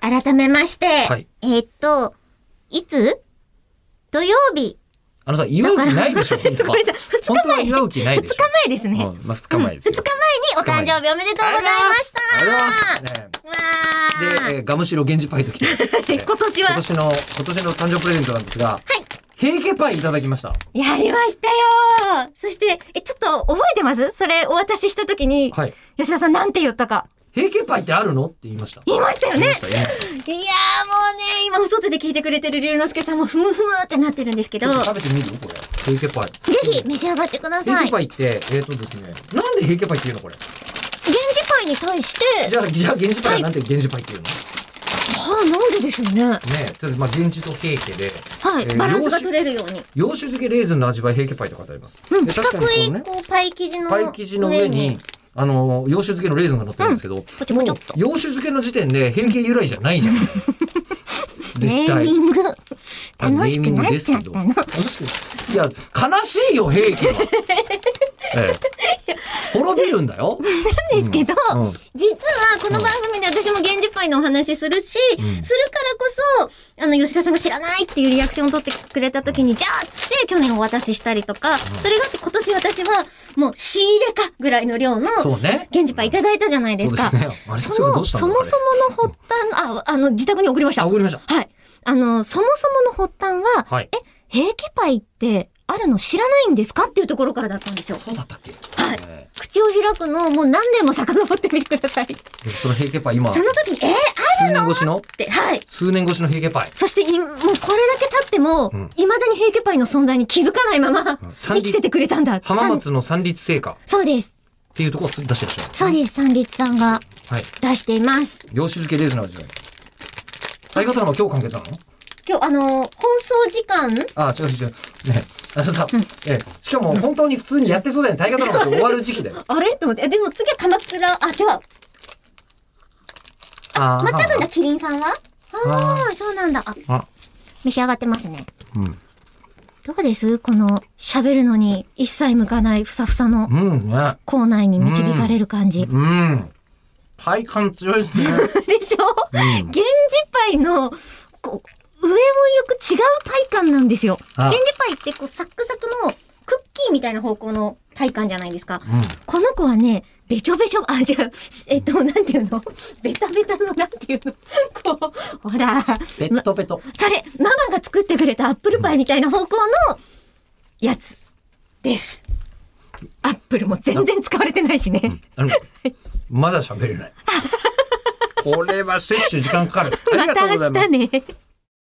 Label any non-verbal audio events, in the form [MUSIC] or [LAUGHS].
改めまして、はいえーっと、いつ土曜日。あのさ、祝う気ないでしょ、本当 [LAUGHS] ごはめんなさい。二日本当は前。祝う気ない二でしょ日。前ですね。うんまあ二日前ですようん二日前にお誕生日おめでとうございました。ありがとうございます。ねわーで、えーガムシロ源氏パイ [LAUGHS] ときて、今年今は、年の、今年の誕生プレゼントなんですが、平家パイいただきました。やりましたよーそして、え、ちょっと覚えてますそれお渡しした時に、はい。吉田さんなんて言ったか。平家パイってあるのって言いました。言いましたよね言いました言いましいやーもうね、今、外で聞いてくれてる龍之介さんもふむふむってなってるんですけたど、ちょっとぜ食べてみるこれ。平家パイ。ひ召し上がってくだ平さい。家パイって、えっ、とですね、なんで平家パイって言うのこれ。源氏パイに対して、じゃあ、じゃあ、源氏パイはなんで源氏パイって言うのはあ、なんででしょうね。はねとりあえず、まあ、源氏と平家で、い、えーバランスが取れるように。洋酒漬けレーズンの味わい平家パイと書いてあります。うん、で四確かに角い、このねこう、パイ生地のパイ生地の上上に、あの、洋酒漬けのレーズンが乗ってるんですけど、ちょもうちょっと洋酒漬けの時点で平家由来じゃないじゃん。 [LAUGHS] 絶ネー対ミ。ング、 [LAUGHS] あ楽しくなっちゃっネーミングですけどたの。楽しくいや、悲しいよ、平家は。 [LAUGHS] ええ、滅びるんだよ。ですけど、うんうん実はこの番組で私も源氏パイのお話するし、んするからこそ、あの、吉田さんが知らないっていうリアクションを取ってくれた時に、じゃあって去年お渡ししたりとか、それがあって今年私はもう仕入れかぐらいの量のそうね。源氏パイいただいたじゃないですか。そうですねあれそれどの、うしたそのもそもの発端の、あ、あの、自宅に送りました。あ、は送りました。い。あの、そもそもの発端は、はいえ、平家パイってあるの知らないんですかっていうところからだったんですよ。そうだったっけはいえ口を開くのをもう何年も遡ってみてください。えでその平家パイ、今、そ数の時に、えー、ある年越しの、って、はい。数年越しの平家パイ。そしてい、もうこれだけ経っても、うんいまだに平家パイの存在に気づかないまま、三生立きててくれたんだ。浜三松の三立製菓っそうです。ていうところを出してらっしゃるんですそうです。三立さんがはい。出しています。洋酒漬けレーズンの味わい。大河ドラマ今日完結なの今日、あのー放送時間あ違う違う。ねあのさ、ええ、しかも本当に普通にやってそうだよね。大河ドラマって終わる時期だよ。あれと思って。えでも次は鎌倉、あ、違う。あまたぐんだ、キリンさんはああ、そうなんだ。あ、あ、召し上がってますね。うん。どうですこの、喋るのに一切向かないふさふさのうんね。校内に導かれる感じ。うん。体感強いですね。でしょ、源氏パイの、こう、上を行く違うパイ感なんですよ。あ源氏パイってこう、サックサクのクッキーみたいな方向のパイ感じゃないですか。うん。この子はね、べちょべちょ、あ、じゃあ、しえっと、なんていうのベタベタの、 [LAUGHS] なんていうのこう、ほら、ペまットペト。それ、ママが作ってくれたアップルパイみたいな方向のやつです。アップルも全然使われてないしね。あの、まだ喋れない。これは摂取時間かかる。ありまがとうたございます明日ね。